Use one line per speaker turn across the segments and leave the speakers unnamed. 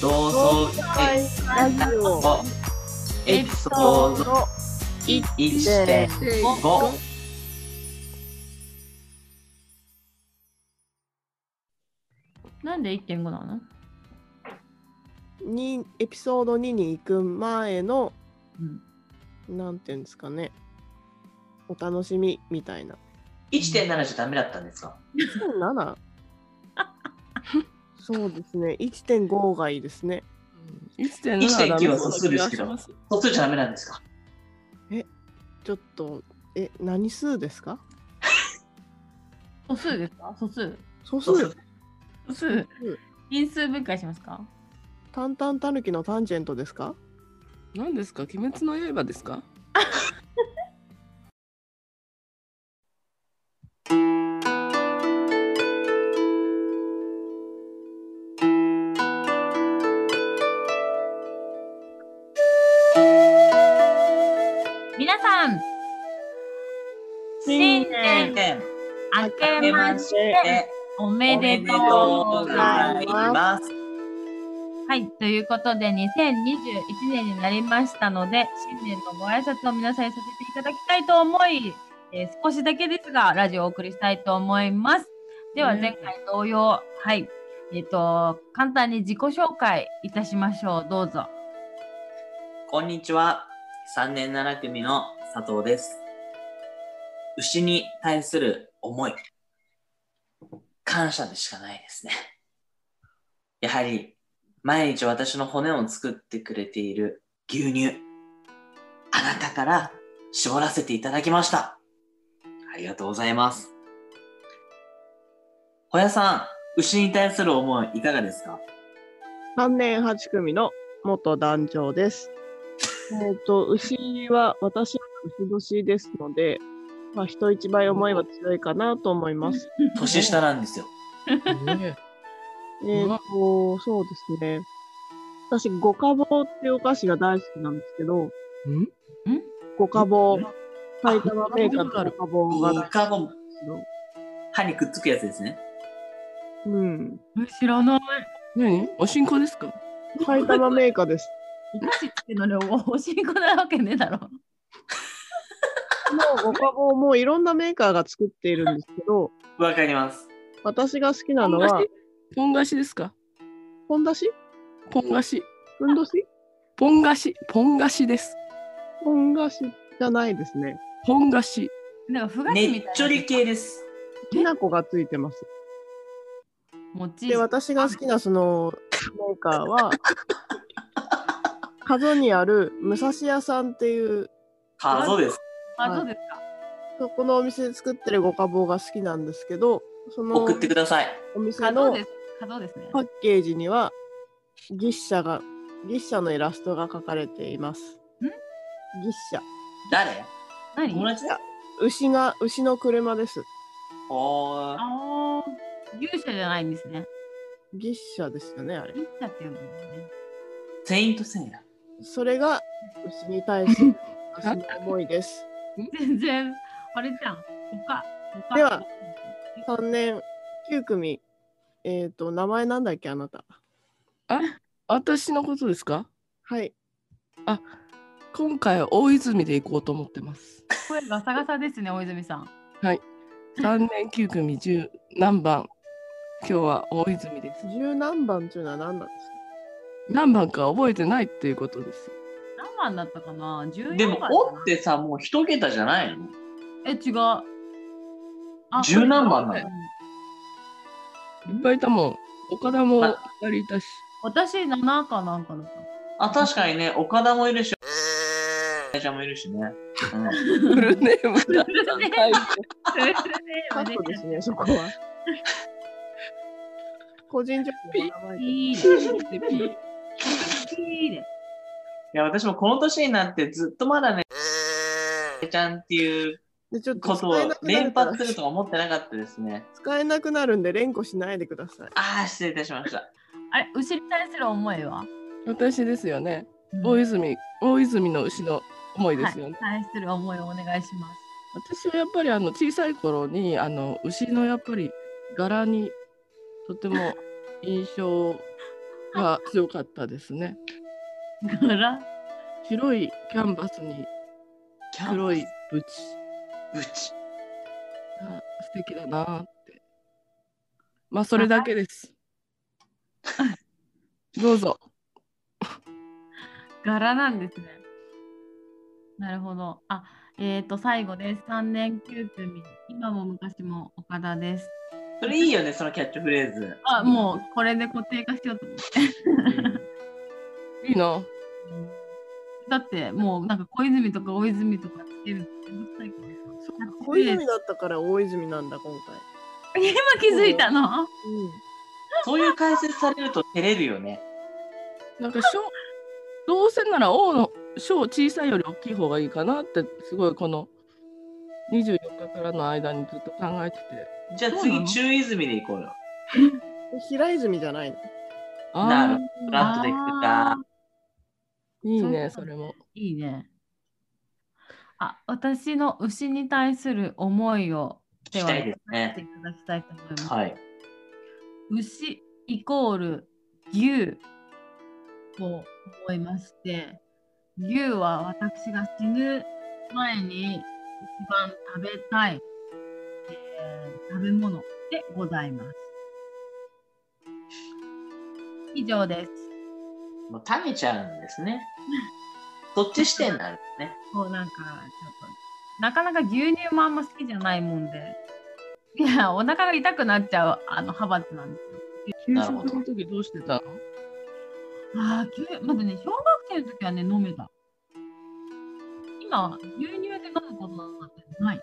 同窓会
ラジオ
をエピソード1.5
なんで1.5なの
にエピソード2に行く前の、
うん
なんていうんですかねお楽しみみたいな
1.7じゃダメだったんですか
1.7 そうですね1.5がいいですね
うん1.7ダメそうな気がします。
そうするじゃダメなんですか
ちょっとえ何数ですか
素数ですか素数。
素
そうす
数
る
素数。因数分解しますか
タンタンタヌキのタンジェントですか
何ですか鬼滅の刃ですか
皆さん新年
点
明けましておめ
お
で
めで
と
と
う
うご
ござい
ざいます
ます。はい、ということで2021年になりましたので新年のご挨拶を皆さんにさせていただきたいと思い、えー少しだけですがラジオをお送りしたいと思います。では
うん
前回同様、はい、えっ、と簡単に自己紹介いたしましょう。どうぞ。
こんにちは。3年7組の佐藤です。牛に対する思い。感謝でしかないですね。やはり、毎日私の骨を作ってくれている牛乳。あなたから絞らせていただきました。ありがとうございます。ほやさん、牛に対する思いいかがですか
3年8組の元団長です。えっ、と、牛は私は牛年ですので、まあ、人一倍思いは強いかなと思います。
年下なんですよ。
えっと、そうですね。私、五家宝ってお菓子が大好きなんですけど、
うん
五家宝、埼玉メーカーの五家宝が大好
他も
きですけど、
歯にくっつくやつですね。
うん、
知らない。
何おしんこですか
埼玉メーカーです。
お菓子ってのにおおしんこなわけねえだろ。
もう五家宝もいろんなメーカーが作っているんですけど、
わかります。
私が好き
ポ
なの
ン菓
は
子、ポン菓子ですか
ポン出し
ポン菓子。
ふんどし
ポン菓子。ポン菓子です。
ポン菓子じゃないですね。
ポン菓子。
なんかふがし
ね
み
った
い
ちょ
な
り系です。
きな粉がついてます。
もち
で、私が好きなそのメーカーは、角にある武蔵屋さんっていう、
あ、そうです。
あどうですか。
そこのお店で作ってるご家宝が好きなんですけど、その
送ってください。
お店
可動
の
です。可動ですね。
パッケージには、牛車が、牛車のイラストが描かれています。牛車。
誰友
何？
達だ。
牛が、牛の車です。
おー。
ああ、牛舎じゃないんですね。
牛車ですよね、あれ。
牛舎っていうんだよね。
セイントセイヤ。
それが牛に対 する私の思いです。
全然あれじゃん。おか、おか。
では3年9組、えっ、と、名前なんだっけ、あなた。
私のことですか
はい。
今回は大泉で行こうと思ってます。
声ガサガサですね、大泉さん。
3年9組10何番。今日は大泉です。
十何番っていうのは何なんです
何番か覚えてないっていうことです。
何番だったかな？十四番。
でも、おってさ、もう一桁じゃないの
え違う。あ
十何番なの
いっぱいいたもん。岡田も2
あ
人いたし。
私七かなんかだった。
あ、確かにね、岡田もいるし、会社もいるしね。うん
フルネーム だ。
フルネ
はい
かカットですね、そ こは。個人情報の名前で
いいね。
でピー
いいね。
いや、私もこの年になってずっとまだね、ちゃんっていう
でちょっと
こと
使え
を
なくな
連
るか
発
ら
するとは思ってなかったですね。
使えなくなるんで連呼しないでください。
ああ、失礼いたしました。
あれ牛に対する思いは？
私ですよね。大泉、大泉の牛の思いですよね。
はい、対する思いをお願いします。
私はやっぱりあの小さい頃にあの牛のやっぱり柄にとても印象が強かったですね。
柄
白いキャンバスに
キャン
黒いブチ
うち。
が素敵だなーって。まあそれだけです。どうぞ。
柄なんですね。なるほど。あ、えっ、と、最後です。3年9組、今も昔も岡田です。
それいいよね、そのキャッチフレーズ。
あ、もうこれで固定化しようと思って。
うん
いいな。
だって、もうなんか小泉とか大泉とかつけるのめんどくさいから
そっ
キャッチフ
小
レーズ
泉だったから大泉なんだ、今回。
今気づいたの
うん。
そういう解説されると照れるよね。
なんか小どうせなら王の小小さいより大きい方がいいかなってすごいこの24日からの間にずっと考えてて
じゃあ
そうな
次、
の
中泉でいこうよ。
平泉じゃないの
あー
なるフラットで来てた。
いいね
そ
そうれも
いいね。あ、私の牛に対する思いを
聞きたいです
やって
ね。
いただきたいと思います。
はい。
牛イコール牛と思いまして牛は私が死ぬ前に一番食べたい、えー食べ物でございます。以上です。
もう食べちゃうんです ね。そっち視点なんですね。
こうなんかちょっとなかなか牛乳もあんま好きじゃないもんでいやお腹が痛くなっちゃうあの派閥なんですよ。
給
なるほ
食
ど
の時どうしてたの
ああ、牛まずね、小学生の時はね、飲めた。今、牛乳で飲むことなんてない。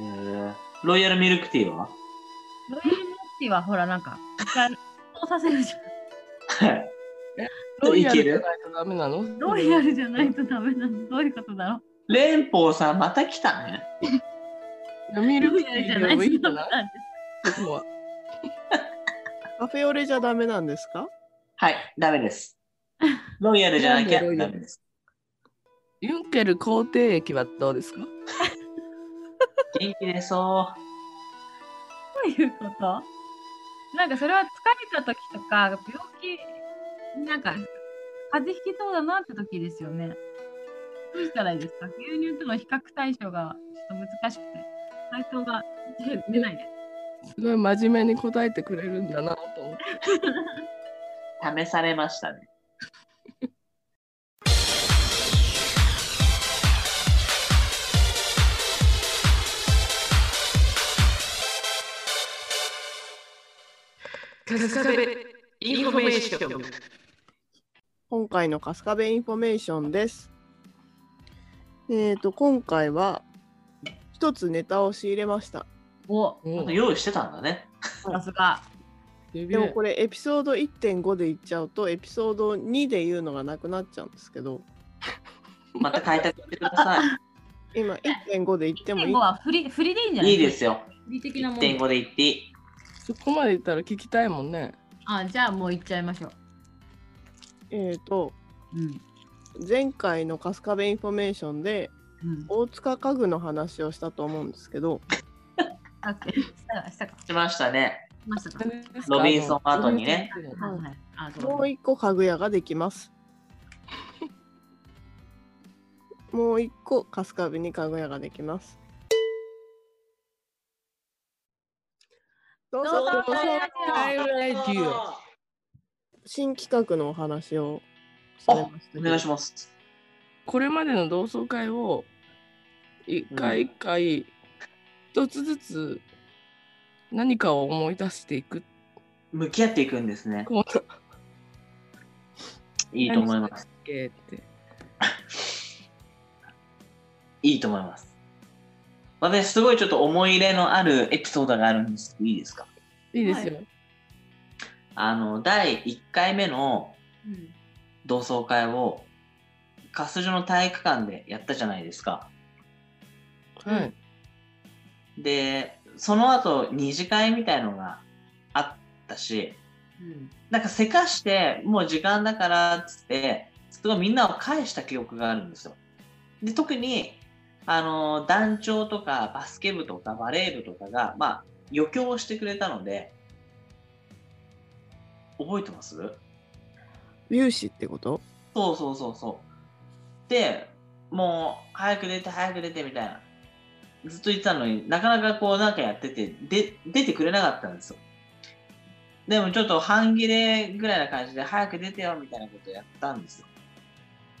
へーロイヤルミルクティーは
ロイヤルミルクティーはほら、なん か、一回、そうさせるじゃん。
はい。
ロイヤル
いけ
じゃ
る
ないとダメなの
ロイヤルじゃないとダメなの。どういうことだろう。
連邦さん、また来たね。
ミル
ロ
ク
イ
テ
ヤル
ィ
じゃ
ー
な
で
い
も
と
いいんじ
ダ
ゃ
メ
ない
なんで
そこは
カフェオレじゃダメなんですか
はい、ダメ です。ロイヤルじゃなきゃ
なんでロイヤ
ダ
ル
メです。
ユンケル皇帝駅はどうですか
元気出そ
す。どういうことなんか、それは疲れた時とか、病気、なんか、風邪ひきそうだなって時ですよね。どうしたらいいですか牛乳との比較対象がちょっと難しくて、対象が出出ないです。
すごい真面目に答えてくれるんだなと思って
う。試されましたね。
カスカベインフォメーション。
今回の春日部インフォメーションです。えっ、と、今回は一つネタを仕入れました。
お
ちょっ
う
と
ん
用意してたんだ ね。
さすが。
すげ
でも
え
これエピソード1.5で言っちゃうとエピソード2で言うのがなくなっちゃうんですけど
また開拓してくださ。
今1.5で言ってもい
1.5
い
は振り振りでいいんじゃないい
いいですよ。
振り的なもん。
1.5でいっていい。
そこまで言ったら聞きたいもんね
あ、じゃあもう行っちゃいましょう。
えっ、と
うん。
前回の春日部インフォメーションで
うん、
大塚家具の話をしたと思うんですけど
だって、したか、したか、
しましたね。
ましたか。
ロビンソンアートにね
はいはい。あ、
も
どう
う
ぞ
一個家具屋ができます もう一個春日部に家具屋ができますどう
どう
ぞ
ぞ
どうぞ
タイムライジオ
新企画のお話をされましたけ
お
ど
願いします。
これまでの同窓会を一
う
回
ん
一回一つずつ何かを思い出していく
向き合っていくんですね。
こう
いいと思います。
えーって
いいと思います。私、すごいちょっと思い入れのあるエピソードがあるんですけど、いいですか
いいですよ、
あの、第1回目の同窓会を、カスジの体育館でやったじゃないですか。
はい
で、その後、二次会みたいのがあったし、
うん。
なんかせかして、もう時間だからっつって、すごいみんなを返した記憶があるんですよ。で、特に、あの、団長とかバスケ部とかバレー部とかが、まあ、余興をしてくれたので、覚えてます
粒子ってこと
そうそうそうそう。で、もう、早く出て、早く出てみたいな。ずっと言ってたのになかなかこうなんかやってて、で、出てくれなかったんですよ。でもちょっと半切れぐらいな感じで、早く出てよみたいなことやったんですよ。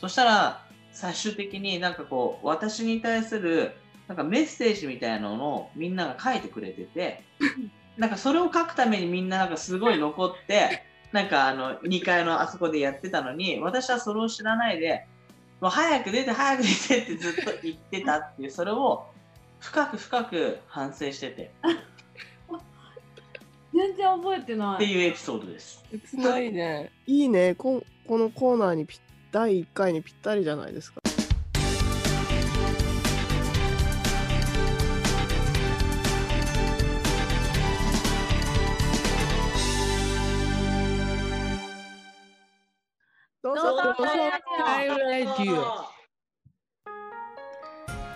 そしたら、最終的になんかこう、私に対する、なんかメッセージみたいなのをみんなが書いてくれてて、なんかそれを書くためにみんななんかすごい残って、なんかあの2階のあそこでやってたのに私はそれを知らないでもう早く出て早く出てってずっと言ってたっていうそれを深く深く反省してて
全然覚えてな
って
い。
いうエピソードです。
切ないね。
いいねこんこのコーナーにぴ第1回にぴったりじゃないですか。どうぞ
どうぞ
タイムラジオ。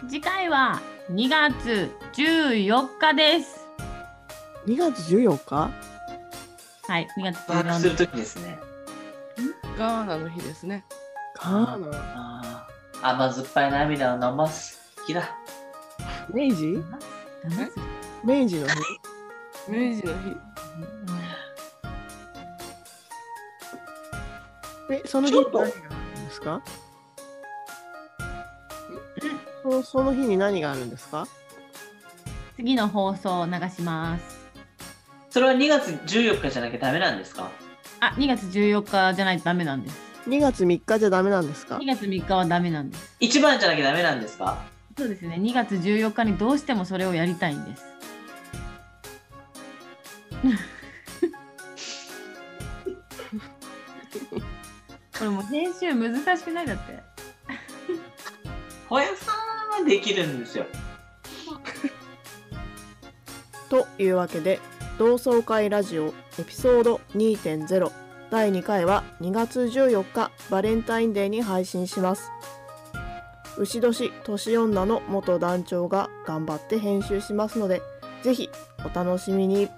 次回は2月14日です。
2月14日
はい、2月
把握する
14日。
ときですね。
ガーナの日ですね。
かな
あー甘酸っぱい涙を飲ます気だ。
明治明治の日
明治の日。
え、その日
ち
に
ょっ
何
と
があるんですかそのその日に何があるんですか
次の放送を流します。
それは2月14日じゃなきゃダメなんですか
あ、2月14日じゃないとダメなんです。
?2 月3日じゃダメなんですか
2月3日はダメなんです。
?1 番じゃなきゃダメなんですか
そうですね。2月14日にどうしてもそれをやりたいんです。これもう編集難しくないだって。
ほやさんはできるんですよ。
というわけで同窓会ラジオエピソード2.0第2回は2月14日バレンタインデーに配信します牛年年女の元団長が頑張って編集しますのでぜひお楽しみに